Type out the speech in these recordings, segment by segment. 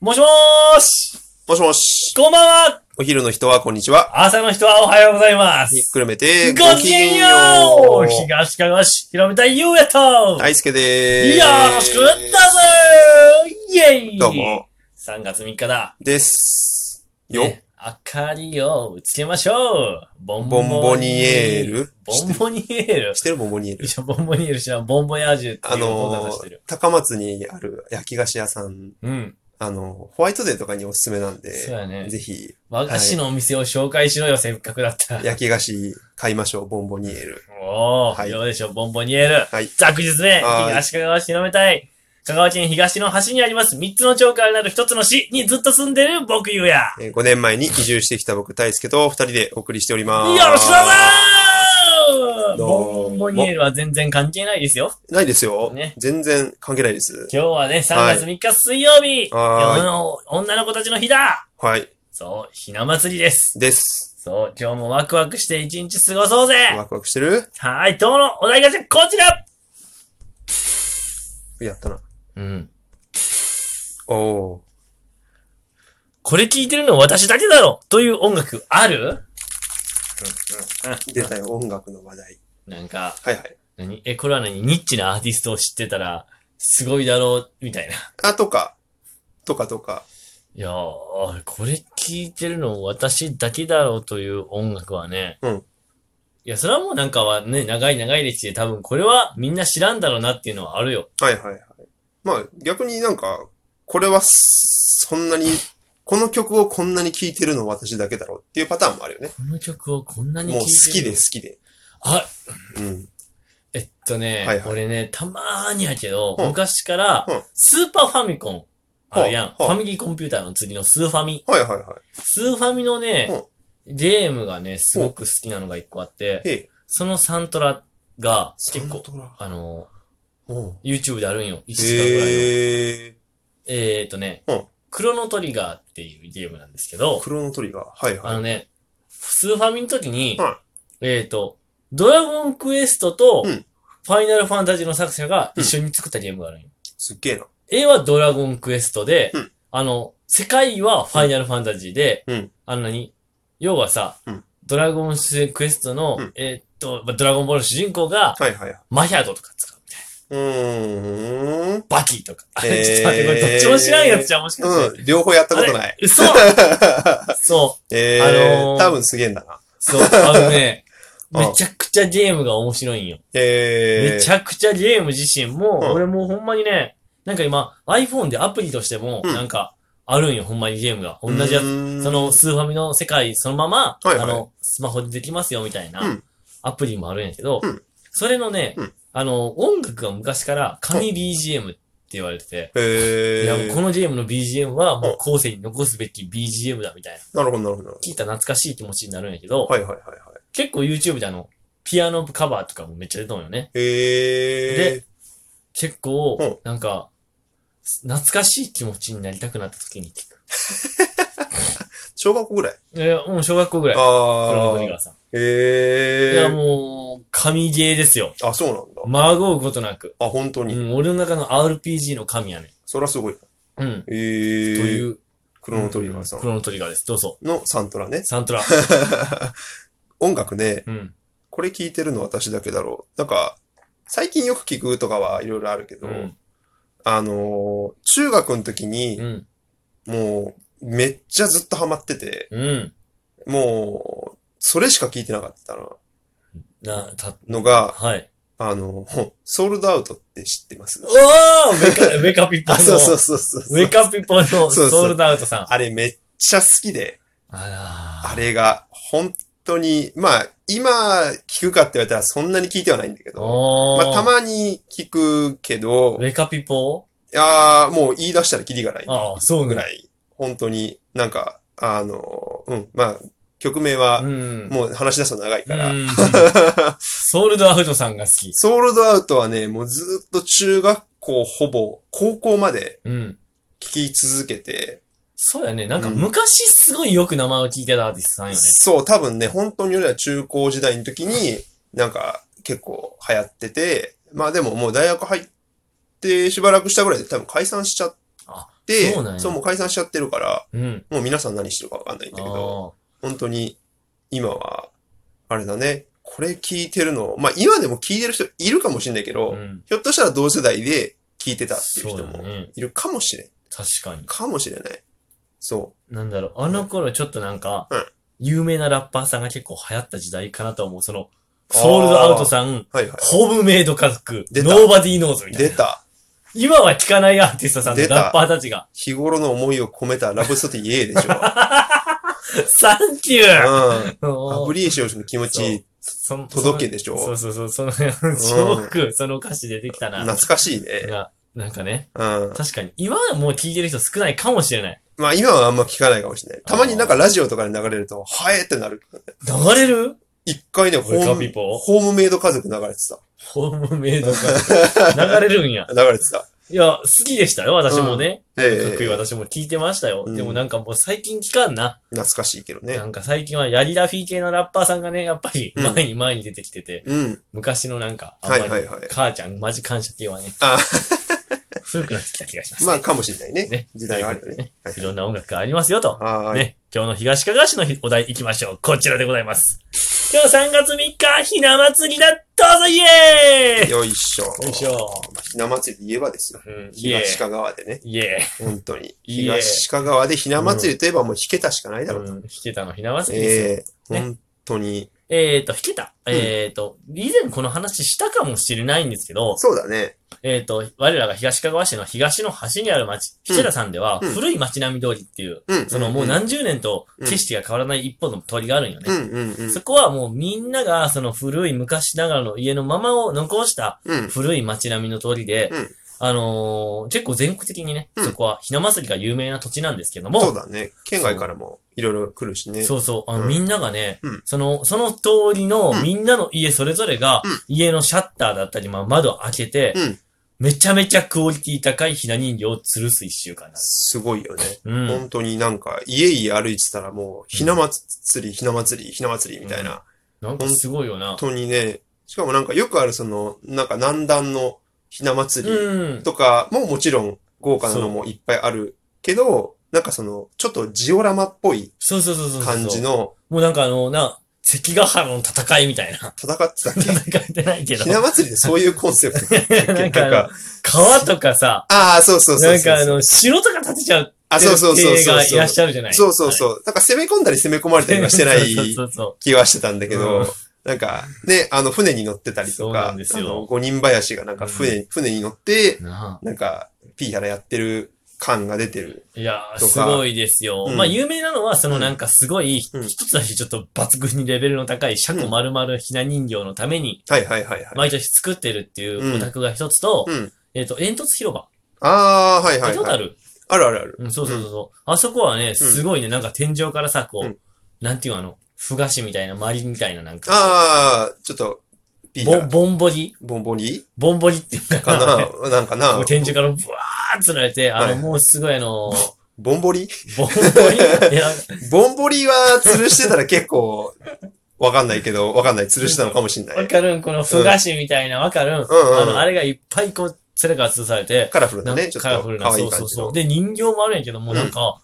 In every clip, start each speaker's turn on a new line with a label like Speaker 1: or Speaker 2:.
Speaker 1: もしもーし
Speaker 2: もしもし。
Speaker 1: こんばんは
Speaker 2: お昼の人は、こんにちは。
Speaker 1: 朝の人はおはようございます
Speaker 2: ひっくるめて、
Speaker 1: ごきげんよう東かがし、広めたゆうやと
Speaker 2: 大輔でーす。
Speaker 1: よろしくだぜイェイ
Speaker 2: どうも。
Speaker 1: !3 月3日だ。
Speaker 2: です。よ。
Speaker 1: ね明かりをつけましょうボン
Speaker 2: ボンボニエール
Speaker 1: ボンボニエール
Speaker 2: 知ってるボンボニエ
Speaker 1: い
Speaker 2: ル。
Speaker 1: や、ボンボニエール知らん。ボンボヤージュってい
Speaker 2: あ
Speaker 1: うのを
Speaker 2: の
Speaker 1: して
Speaker 2: ー
Speaker 1: る。、
Speaker 2: 高松にある焼き菓子屋さん、
Speaker 1: うん。
Speaker 2: あのー、ホワイトデーとかにおすすめなん
Speaker 1: そう
Speaker 2: で、
Speaker 1: やね。
Speaker 2: ぜひ、
Speaker 1: 和菓子のお店を紹介しろよ、せっかくだったら。
Speaker 2: 焼き菓子買いましょう、ボンボニエル。
Speaker 1: おー、
Speaker 2: はい
Speaker 1: どうでしょう、ボンボニエール。
Speaker 2: はい。
Speaker 1: ザクジス目、
Speaker 2: はい
Speaker 1: 東香川市広めたい。香川県東の端にあります三つの町からなる一つの市にずっと住んでる僕ゆうや。
Speaker 2: えー5年前に移住してきた僕、大輔と二人でお送りしておりま
Speaker 1: よ
Speaker 2: す。
Speaker 1: ろしくだぞ
Speaker 2: どうも
Speaker 1: ボンボニエールは全然関係ないですよ。
Speaker 2: ないですよ。
Speaker 1: ね
Speaker 2: 全然関係ないです。
Speaker 1: 今日はね、3月3日水曜日、
Speaker 2: はーい
Speaker 1: 世の女の子たちの日だ
Speaker 2: はい。
Speaker 1: そう、ひな祭りです。
Speaker 2: です。
Speaker 1: そう、今日もワクワクして一日過ごそうぜ
Speaker 2: ワクワクしてる
Speaker 1: はーい、今日のお題ガチャ、こちら
Speaker 2: やったな。
Speaker 1: うん。
Speaker 2: おお
Speaker 1: これ聞いてるの私だけだろという音楽ある
Speaker 2: ー。出たよ、音楽の話題。
Speaker 1: なんか、
Speaker 2: はいはい。
Speaker 1: 何え、これは何ニッチなアーティストを知ってたら、すごいだろうみたいな。
Speaker 2: あ、とか。とかとか。
Speaker 1: いやー、これ聞いてるの私だけだろうという音楽はね。
Speaker 2: うん。
Speaker 1: いや、それはもうなんかはね、長い長い歴史で多分これはみんな知らんだろうなっていうのはあるよ。
Speaker 2: はいはいはい。まあ逆になんか、これはそんなに、この曲をこんなに聴いてるの私だけだろうっていうパターンもあるよね。
Speaker 1: この曲をこんなに
Speaker 2: もう
Speaker 1: 聴い
Speaker 2: 好
Speaker 1: て
Speaker 2: き
Speaker 1: る。
Speaker 2: で好
Speaker 1: す。
Speaker 2: きで。
Speaker 1: あ、
Speaker 2: うん。
Speaker 1: えっとね、
Speaker 2: はいはい
Speaker 1: 俺ね、たまーにやけど、
Speaker 2: うん
Speaker 1: 昔から
Speaker 2: うん、
Speaker 1: スーパーファミコン、あるやん、
Speaker 2: はあは
Speaker 1: フ
Speaker 2: あ
Speaker 1: ァミリーコンピューターの次のスーファミ。
Speaker 2: はいはいは
Speaker 1: スーファミのね、ゲームがね、すごく好きなのが一個あって
Speaker 2: い。、へえ。
Speaker 1: そのサントラが結構、
Speaker 2: サントラ
Speaker 1: あの、
Speaker 2: おう
Speaker 1: YouTube であるんよ。1時間ぐらいの。
Speaker 2: へえ。
Speaker 1: えーっとね、
Speaker 2: うん
Speaker 1: クロノトリガーっていうゲームなんですけど、
Speaker 2: クロノトリガー。はい
Speaker 1: あ
Speaker 2: はい。
Speaker 1: のね、スーファミの時に、
Speaker 2: うん
Speaker 1: えーっと、ドラゴンクエストと、
Speaker 2: うん
Speaker 1: ファイナルファンタジーの作者が一緒に作ったゲームがあるんよ。
Speaker 2: すっげえな。
Speaker 1: A はドラゴンクエストで、
Speaker 2: うん
Speaker 1: あの、世界はファイナルファンタジーで、
Speaker 2: うん
Speaker 1: あの何要はさ、
Speaker 2: うん
Speaker 1: ドラゴンクエストの、
Speaker 2: うん
Speaker 1: えーっと、まあドラゴンボールの主人公が、
Speaker 2: はいはいはい。
Speaker 1: マヒャドとか使うみたいな。
Speaker 2: うーん。
Speaker 1: バキとか。あれ、
Speaker 2: へー
Speaker 1: ちょっと待って、これどっちも知らんやつじゃん、もしかして。
Speaker 2: うん。両方やったこと
Speaker 1: あ
Speaker 2: ない
Speaker 1: れ。 嘘そう、
Speaker 2: ええ。
Speaker 1: あのー
Speaker 2: 多分すげえんだな。
Speaker 1: そう、あのね、
Speaker 2: うん
Speaker 1: めちゃくちゃゲームが面白いんよ。
Speaker 2: ええ。
Speaker 1: めちゃくちゃゲーム自身も、
Speaker 2: うん
Speaker 1: 俺もうほんまにね、なんか今、iPhone でアプリとしても、
Speaker 2: うん
Speaker 1: なんか、あるんよ、ほんまにゲームが。同じやつ。
Speaker 2: つ
Speaker 1: そ、のスーファミの世界そのまま、
Speaker 2: はいはい
Speaker 1: あの、スマホでできますよみたい
Speaker 2: うん
Speaker 1: なアプリもあるんやけど、
Speaker 2: うん
Speaker 1: それのね、
Speaker 2: うん
Speaker 1: あの、音楽が昔から神 BGM って言われてて、
Speaker 2: へ
Speaker 1: い
Speaker 2: え。
Speaker 1: やもうこのゲームの BGM はもう
Speaker 2: うん
Speaker 1: 後世に残すべき BGM だみたいな。
Speaker 2: なるほど、なるほどなるほ
Speaker 1: 聞いたら懐かしい気持ちになるんやけど、
Speaker 2: ど。はいはいはいはい。
Speaker 1: 結構 YouTube であの、ピアノカバーとかもめっちゃ出とんよね。
Speaker 2: へえ。
Speaker 1: 結構、
Speaker 2: うん
Speaker 1: なんか、懐かしい気持ちになりたくなった時に聞く。
Speaker 2: 小学校ぐらい。
Speaker 1: いやいや、もう小学校ぐらい。黒の
Speaker 2: あ
Speaker 1: トリ
Speaker 2: あ。
Speaker 1: ガーさん。い
Speaker 2: へ
Speaker 1: や、
Speaker 2: え。
Speaker 1: もう、神ゲーですよ。
Speaker 2: あ、そうなんだ。
Speaker 1: まごうことなく。
Speaker 2: あ、本当
Speaker 1: う
Speaker 2: に。
Speaker 1: ん、俺の中の RPG の神やね。
Speaker 2: そらすごい。
Speaker 1: うん。
Speaker 2: え
Speaker 1: とい
Speaker 2: え。
Speaker 1: う。
Speaker 2: クロノトリガーさ
Speaker 1: ク
Speaker 2: ん
Speaker 1: ロノトリガーです。どうぞ。
Speaker 2: のサントラね。
Speaker 1: サン トラ。
Speaker 2: 音楽ね、
Speaker 1: うん。
Speaker 2: これ聴いてるの私だけだろう。なんか、最近よく聴くとかはいろいろあるけ
Speaker 1: う
Speaker 2: ど、
Speaker 1: ん。
Speaker 2: あのー、中学の時に
Speaker 1: う、ん。
Speaker 2: もう、めっちゃずっとハマってて、
Speaker 1: うん。
Speaker 2: もう、それしか聴いてなかった
Speaker 1: な、た、
Speaker 2: のが、
Speaker 1: はい。
Speaker 2: あの、ソールドアウトって知ってます
Speaker 1: おーメ カ、メカピポ
Speaker 2: あ、
Speaker 1: の、
Speaker 2: そうそうそうそうそう。
Speaker 1: メカピポのソ
Speaker 2: そう
Speaker 1: ールドアウトさん。
Speaker 2: あれめっちゃ好きで、
Speaker 1: あら
Speaker 2: あれが本当に、まあ今聞くかって言われたらそんなに聞いてはないんだけ
Speaker 1: ー。
Speaker 2: ど、
Speaker 1: おー。
Speaker 2: まあたまに聞くけど、
Speaker 1: メカピポ
Speaker 2: いやーもう言い出したらキリがない
Speaker 1: ああ、そう
Speaker 2: ぐ
Speaker 1: ぐらい。
Speaker 2: らい、本当になんか、あの、うん、まあ曲名は
Speaker 1: うん。
Speaker 2: もう話し出すと長いから、
Speaker 1: うんソールドアウトさんが好き。
Speaker 2: ソールドアウトはね、もうずっと中学校ほぼ高校まで
Speaker 1: うん。
Speaker 2: 聞き続けて、
Speaker 1: そうやね。なんか
Speaker 2: うん
Speaker 1: 昔すごいよく名前を聞いてたアーティストさんよね。
Speaker 2: そう、多分ね、本当に俺ら中高時代の時に、なんか結構流行ってて、まあでももう大学入ってしばらくしたぐらいで多分解散しちゃって、
Speaker 1: そうなんや
Speaker 2: もう解散しちゃってるから、
Speaker 1: うん。
Speaker 2: もう皆さん何してるかわかんないんだけど、
Speaker 1: あ
Speaker 2: 本当に今は、あれだね、これ聞いてるの、まあ今でも聞いてる人いるかもしれないけ
Speaker 1: あ。
Speaker 2: ど、
Speaker 1: うん。
Speaker 2: ひょっとしたら同世代で聞いてたってい
Speaker 1: そ
Speaker 2: う
Speaker 1: う
Speaker 2: 人
Speaker 1: だ
Speaker 2: も
Speaker 1: ね。
Speaker 2: いるかもしれん。
Speaker 1: 確かに。
Speaker 2: かもしれない。そ
Speaker 1: なんだろう、あの頃ちょっとなんか
Speaker 2: うん、
Speaker 1: 有名なラッパーさんが結構流行った時代かなと思う。その、ソールドアウトさん、
Speaker 2: う。はいはい。
Speaker 1: ホームメイド家族、
Speaker 2: 出た
Speaker 1: ノーバディーノーズみたい
Speaker 2: 出
Speaker 1: な。
Speaker 2: た。
Speaker 1: 今は聞かないアーティストさんと
Speaker 2: 出た
Speaker 1: ラッパーたちが、
Speaker 2: 日頃の思いを込めたラブソティイエーで しょ。
Speaker 1: サンキュー
Speaker 2: うん。ア
Speaker 1: お
Speaker 2: ブ
Speaker 1: ー
Speaker 2: リエーションの気持ち、
Speaker 1: その
Speaker 2: 届けでし
Speaker 1: そ
Speaker 2: ょ
Speaker 1: う。そうそう、その、よくその歌詞出てきたな。
Speaker 2: 懐かしいね。
Speaker 1: がなんかね、
Speaker 2: うん。
Speaker 1: 確かに、今はもう聞いてる人少ないかもしれない。
Speaker 2: まあ今はあんま聞かないかもしれない。たまになんかラジオとかで流れると、はえってなる。
Speaker 1: 流れる
Speaker 2: 一回ね、ホ
Speaker 1: ウェル
Speaker 2: ー
Speaker 1: カムピ
Speaker 2: ム
Speaker 1: ーポー
Speaker 2: ホームメイド家族流れてた。
Speaker 1: ホームメイド が流れるんや。
Speaker 2: 流れてた。
Speaker 1: いや、好きでしたよ、私もね。かっ
Speaker 2: え
Speaker 1: こいい
Speaker 2: え。
Speaker 1: 私も聞いてましたよ。
Speaker 2: うん
Speaker 1: でもなんかもう最近聞かんな。
Speaker 2: 懐かしいけどね
Speaker 1: な。んか最近はヤリラフィー系のラッパーさんがね、やっぱり
Speaker 2: うん
Speaker 1: 前に前に出てきてて、
Speaker 2: うん。
Speaker 1: 昔のなんか、あんま
Speaker 2: は
Speaker 1: り
Speaker 2: いはいはい。
Speaker 1: 母ちゃんマジ感謝系はね、
Speaker 2: あ
Speaker 1: 古くなってきた気がします。
Speaker 2: まあかもしれないね
Speaker 1: ね。
Speaker 2: 時代はあるよね。はい
Speaker 1: いろんな音楽がありますよと。
Speaker 2: はーい。
Speaker 1: ね、今日の東かがわ市のお題行きましょう。こちらでございます。今日3月3日、ひな祭りだどうぞイエーイ
Speaker 2: よいしょ。
Speaker 1: よいしょ
Speaker 2: まあひな祭りで言えばですよ。
Speaker 1: うんイエ
Speaker 2: 東
Speaker 1: ー
Speaker 2: かがわでね。
Speaker 1: イイエ
Speaker 2: 本当に。
Speaker 1: いえ
Speaker 2: 東かがわでひな祭りといえばもう引けたしかないだ
Speaker 1: ー
Speaker 2: ろ
Speaker 1: イ
Speaker 2: う。
Speaker 1: うん、弾けたのひな祭りですよ。
Speaker 2: え
Speaker 1: ね
Speaker 2: え本当に。
Speaker 1: えーと、引けた。
Speaker 2: ん
Speaker 1: えーと、以前この話したかもしれないんですけど、
Speaker 2: そうだね。
Speaker 1: えーと、我らが東かがわ市の東の端にある町、
Speaker 2: うん
Speaker 1: 引田さんでは、
Speaker 2: うん
Speaker 1: 古い町並み通りっていう、
Speaker 2: うん。
Speaker 1: そのもう何十年と
Speaker 2: うん
Speaker 1: 景色が変わらない一本の通りがあるんよ
Speaker 2: うん
Speaker 1: ね。
Speaker 2: うんうん。
Speaker 1: そこはもうみんながその古い昔ながらの家のままを残した
Speaker 2: うん。
Speaker 1: 古い町並みの通りで、
Speaker 2: うん
Speaker 1: あのー結構全国的にね、
Speaker 2: うん
Speaker 1: そこはひな祭りが有名な土地なんですけども、
Speaker 2: そうだね。県外からもいろいろ来るしね。
Speaker 1: そうそう、あの、
Speaker 2: うん
Speaker 1: みんながね、
Speaker 2: うん
Speaker 1: その、その通りの、
Speaker 2: うん
Speaker 1: みんなの家それぞれが、
Speaker 2: うん
Speaker 1: 家のシャッターだったり、まあ、窓を開けて、
Speaker 2: うん
Speaker 1: めちゃめちゃクオリティ高いひな人形を吊るす一週間なんです。
Speaker 2: すごいよね。
Speaker 1: うん。
Speaker 2: 本当になんか、家々歩いてたらもう、ひな祭り、ひな祭り、ひな祭りみたいな。
Speaker 1: なんかすごいよな。
Speaker 2: 本当にね、しかもなんかよくあるその、なんか南端のひな祭り
Speaker 1: うん。
Speaker 2: とかももちろん豪華なのもいっぱいあるけど、なんかその、ちょっとジオラマっぽい
Speaker 1: そうそうそうそうそう。
Speaker 2: 感じの
Speaker 1: もうなんかあの、な、関ヶ原の戦いみたい な。
Speaker 2: 戦ってたっ
Speaker 1: 戦ってないけ
Speaker 2: け
Speaker 1: ど
Speaker 2: ひ。な祭りでそういうコンセプトだっけ
Speaker 1: な
Speaker 2: なん
Speaker 1: んかあの
Speaker 2: か、
Speaker 1: 川とかさ、
Speaker 2: ああ、そうそうそう
Speaker 1: なん
Speaker 2: そう。
Speaker 1: かあの、城とか建てちゃう
Speaker 2: あ、そうそうそう
Speaker 1: 系
Speaker 2: そう
Speaker 1: がいらっしゃるじゃない
Speaker 2: そうそうそう。なんか攻め込んだり攻め込まれたりはしてな
Speaker 1: そう
Speaker 2: い
Speaker 1: そうそう。
Speaker 2: 気はしてたんだけ
Speaker 1: う
Speaker 2: ど
Speaker 1: ん、
Speaker 2: なんか、ね、あの、船に乗ってたり
Speaker 1: そ
Speaker 2: と
Speaker 1: うな
Speaker 2: か、
Speaker 1: んですよ
Speaker 2: あの五人林がなんか船、船に乗って、
Speaker 1: な
Speaker 2: なんか、ピーハラやってる感が出てる。
Speaker 1: あ。いやー、
Speaker 2: とか
Speaker 1: すごいですよ。
Speaker 2: うん
Speaker 1: まあ、有名なのは、そのなんかすごい、
Speaker 2: うん
Speaker 1: 一つだけちょっと抜群にレベルの高い、シャコ丸々ひな人形のために、
Speaker 2: はいはいはいはい。
Speaker 1: 毎年作ってるっていううんお宅が一つと、
Speaker 2: うん。
Speaker 1: えっと、煙突広場。
Speaker 2: ああ、はい
Speaker 1: 行
Speaker 2: は
Speaker 1: っ
Speaker 2: い
Speaker 1: たことあ
Speaker 2: はい。
Speaker 1: る
Speaker 2: あるあるある。
Speaker 1: うん、そうそうそうそう。あそこはね、すごいね、なんか天井からさ、
Speaker 2: う
Speaker 1: こ
Speaker 2: ん
Speaker 1: う、なんていうのあの、ふ菓子みたいな、マリみたいななんか、
Speaker 2: ああ、ちょっと、ピー
Speaker 1: ボ
Speaker 2: ハ
Speaker 1: ン、
Speaker 2: ラ。
Speaker 1: ぼんぼり
Speaker 2: ボンボリ
Speaker 1: ぼんぼりっていうの
Speaker 2: か
Speaker 1: かな。
Speaker 2: ななんか な
Speaker 1: こう天井からブワーッつられて、あ
Speaker 2: は
Speaker 1: の、
Speaker 2: い
Speaker 1: もうすごいあ の、
Speaker 2: ボンボリ
Speaker 1: ぼんぼりいや、
Speaker 2: ボンボリは吊るしてたら結構、わかんないけど、わかんない。吊るしてたのかもしんな
Speaker 1: わ
Speaker 2: い。
Speaker 1: かるん、このふ菓子みたいな、わかるん。
Speaker 2: うん
Speaker 1: あの、あれがいっぱいこう、背中が潰されて、
Speaker 2: カラフル
Speaker 1: な
Speaker 2: なんね、
Speaker 1: か
Speaker 2: ちょっ
Speaker 1: カラ
Speaker 2: と
Speaker 1: フルな、
Speaker 2: 可愛
Speaker 1: そ
Speaker 2: いう感
Speaker 1: そう
Speaker 2: じ
Speaker 1: そ
Speaker 2: の
Speaker 1: う。。で、人形もあるんやけど、もうなんか、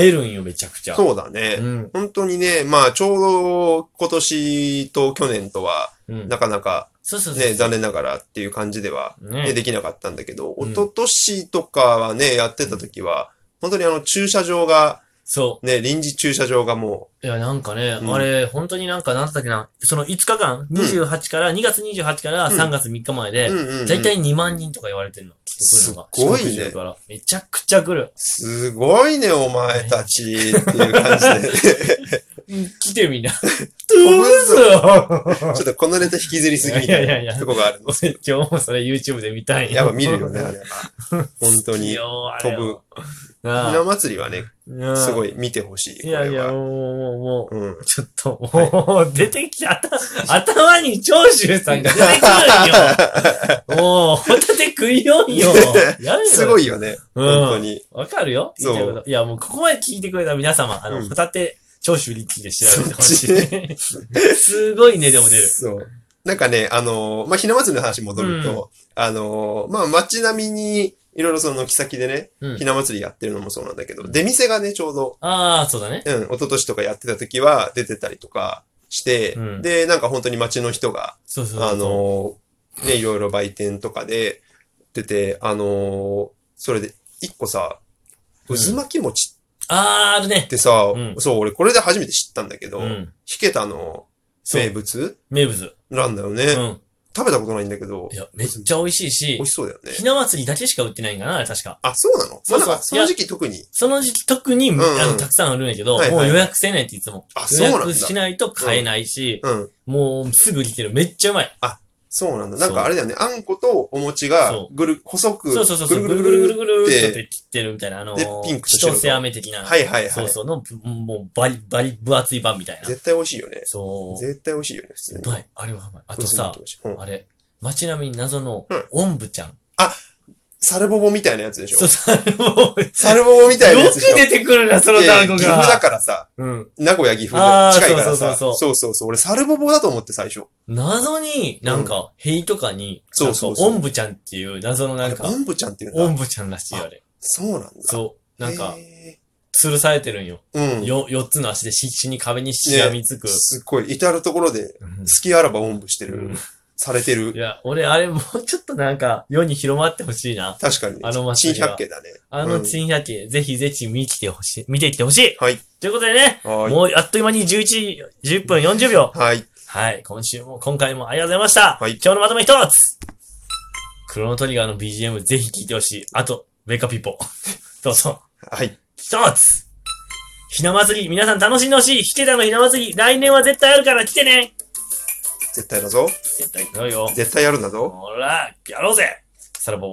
Speaker 1: 映えるんよ、めちゃくちゃ。う。
Speaker 2: そうだね。
Speaker 1: ん。
Speaker 2: 本当にね、まあちょうど今年と去年とは、
Speaker 1: うん。
Speaker 2: なかなか
Speaker 1: そうそうそう。
Speaker 2: ね、残念ながらっていう感じでは、ね、
Speaker 1: ね
Speaker 2: できなかったんだけど、
Speaker 1: うん
Speaker 2: 一昨年とかはね、やってた時は、本当にあの駐車場が、
Speaker 1: そ
Speaker 2: ね、臨時駐車場がも
Speaker 1: う。いや、なんかね、
Speaker 2: うん
Speaker 1: あれ、本当になんか、なんだったっけな、その5日間、28から、2月28から3月3日まで
Speaker 2: う、うん
Speaker 1: で、
Speaker 2: うんうん
Speaker 1: だいたい2万人とか言われてんの。
Speaker 2: すごいね
Speaker 1: 来るのが四国中からめちゃくちゃ来る。
Speaker 2: すごいね、お前たちっていう感じで。
Speaker 1: うん来てみんな。
Speaker 2: ごめん
Speaker 1: う
Speaker 2: ちょっとこのネタ引きずりすぎみた
Speaker 1: いやい
Speaker 2: い
Speaker 1: やい
Speaker 2: な
Speaker 1: や
Speaker 2: とこがあるの。
Speaker 1: 今日もそれ YouTube で見たいんよ
Speaker 2: やっぱ見るよね、あれは。本当に。ひ
Speaker 1: よあれは。
Speaker 2: な
Speaker 1: な
Speaker 2: 祭りはね、
Speaker 1: あ。
Speaker 2: すご
Speaker 1: い。
Speaker 2: い見てほしい。
Speaker 1: いやいや、
Speaker 2: こ
Speaker 1: もう、もう、も
Speaker 2: れはうん。
Speaker 1: う、ちょっと、もう、出てき た、頭頭に長州さんが出てく るんよ。もう、ホタテ食いよんよ。やめろ
Speaker 2: すご。いよね、
Speaker 1: うん
Speaker 2: 本当に。
Speaker 1: わかるよ。
Speaker 2: そう
Speaker 1: 言いたいこといや、もう、ここまで聞いてくれた皆様、あの、
Speaker 2: うん
Speaker 1: ホタテ、長州力で調べてほしい。 すごいね、でも出る。
Speaker 2: そう。なんかね、あのーまあ、ひな祭りの話戻ると、あのーまあ、街並みにいろいろその、木先でね、
Speaker 1: うん
Speaker 2: ひな祭りやってるのもそうなんだけど、出店がね、ちょうど、
Speaker 1: ああ、そうだね。
Speaker 2: うん、一昨年とかやってた時は出てたりとかして、
Speaker 1: うん
Speaker 2: で、なんか本当に街の人が、
Speaker 1: そうそうそう。
Speaker 2: あ、のーね、いろいろ売店とかで出て、あのーそれで、一個さ、
Speaker 1: うん
Speaker 2: 渦巻き餅
Speaker 1: あーある
Speaker 2: っ
Speaker 1: ね。
Speaker 2: てさ、
Speaker 1: うん
Speaker 2: そう、俺これで初めて知ったんだけど、
Speaker 1: う
Speaker 2: 引
Speaker 1: ん。
Speaker 2: けたの
Speaker 1: そう
Speaker 2: 名物
Speaker 1: 名物。
Speaker 2: なんだよね、
Speaker 1: うん。
Speaker 2: 食べたことないんだけど
Speaker 1: い、や、めっちゃ美味しい
Speaker 2: 美
Speaker 1: し
Speaker 2: 味、しそうだよね
Speaker 1: ひ。な祭りだけしか売ってないんかな、あれ確か。
Speaker 2: あ、そうなの
Speaker 1: そうそう
Speaker 2: まあなんかその時期特に。
Speaker 1: その時期特に、
Speaker 2: んうん
Speaker 1: あの、たくさんあるんやけど、
Speaker 2: はいはい
Speaker 1: もう予約せないっていつも。
Speaker 2: あ、
Speaker 1: 予
Speaker 2: そうな
Speaker 1: 約
Speaker 2: んだ。
Speaker 1: しないと買えないし、
Speaker 2: うん。
Speaker 1: もうすぐ来てる。めっちゃうまい。
Speaker 2: そうなんだ。なんかあれだよね。あんことお餅が
Speaker 1: そ
Speaker 2: ぐる、細く、
Speaker 1: そうそうそうそう、ぐ
Speaker 2: ぐ
Speaker 1: る
Speaker 2: る
Speaker 1: ぐ
Speaker 2: ぐ
Speaker 1: る
Speaker 2: る
Speaker 1: ぐ
Speaker 2: ぐ
Speaker 1: る
Speaker 2: る
Speaker 1: ぐる
Speaker 2: ぐるっ。
Speaker 1: ぐるってて切ってるみたいな、あの
Speaker 2: で
Speaker 1: ー、
Speaker 2: ピンクと
Speaker 1: 千
Speaker 2: 白と
Speaker 1: 歳飴的な。
Speaker 2: はいはいはい。
Speaker 1: そうそうの、ぶもうバリバリ分厚い版みたいな。
Speaker 2: 絶対美味しいよね。
Speaker 1: そう。
Speaker 2: 絶対美味しいよね、普通
Speaker 1: う
Speaker 2: に。
Speaker 1: まい。あれはうまい。あと
Speaker 2: 普通に
Speaker 1: さ
Speaker 2: 美、味しいうん
Speaker 1: あれ、街並みに謎の
Speaker 2: うん、
Speaker 1: おんぶちゃん。
Speaker 2: サルボボみたいなやつでし
Speaker 1: そう
Speaker 2: ょ。
Speaker 1: さ、もう、よ
Speaker 2: サルボボみたいなや
Speaker 1: く
Speaker 2: つでしょ。
Speaker 1: 出てくるな、その
Speaker 2: いや
Speaker 1: 単
Speaker 2: いや
Speaker 1: 語
Speaker 2: 岐阜だ
Speaker 1: が。
Speaker 2: からさ、
Speaker 1: うん。
Speaker 2: 名古屋岐阜
Speaker 1: あー
Speaker 2: 近いか
Speaker 1: そう
Speaker 2: らさ。
Speaker 1: そうそう
Speaker 2: そうそうそう。俺、サルボボだと思って最初。
Speaker 1: 謎に、なんか、塀とかに、
Speaker 2: そうそうそ
Speaker 1: な
Speaker 2: う
Speaker 1: んかおんぶちゃんっていう謎のなんか
Speaker 2: あれ、おんぶちゃんっていうん
Speaker 1: お
Speaker 2: だ。
Speaker 1: んぶちゃんらしいよ、あれ。
Speaker 2: そうなんだ。
Speaker 1: そう。なんか、
Speaker 2: へ
Speaker 1: 吊るされてるんよ。
Speaker 2: ー、うん。
Speaker 1: よ、四つの足でしっしに壁にしがみつく。
Speaker 2: すっごい、至るところで、
Speaker 1: うん
Speaker 2: 好きあらばおんぶしてる。
Speaker 1: うん
Speaker 2: されて
Speaker 1: い
Speaker 2: る。
Speaker 1: や、俺、あれもうちょっとなんか、世に広まってほしいな。
Speaker 2: 確かに、ね。
Speaker 1: あの祭
Speaker 2: 珍
Speaker 1: りは
Speaker 2: 百景だね。
Speaker 1: あ
Speaker 2: う
Speaker 1: の
Speaker 2: ん
Speaker 1: 珍百景、ぜひぜひ見てほしい、見てきてほしい。
Speaker 2: はい。
Speaker 1: ということでね、
Speaker 2: は
Speaker 1: もうあっという間に11時、10分40秒。
Speaker 2: い。はい。
Speaker 1: はい。今週も、今回もありがとうございました。
Speaker 2: はい
Speaker 1: 今日のまとめ一つ。クロノトリガーの BGM ぜひ聞いてほしい。あと、ベカピポ。 どうぞ。
Speaker 2: はい。
Speaker 1: 一つ。ひな祭り、皆さん楽しんでほしい。ひけたのひな祭り、来年は絶対あるから来てね。
Speaker 2: 絶対だぞ。
Speaker 1: 絶対来るよ。
Speaker 2: 絶対やるんだぞ。
Speaker 1: ほら、やろうぜ。さらば。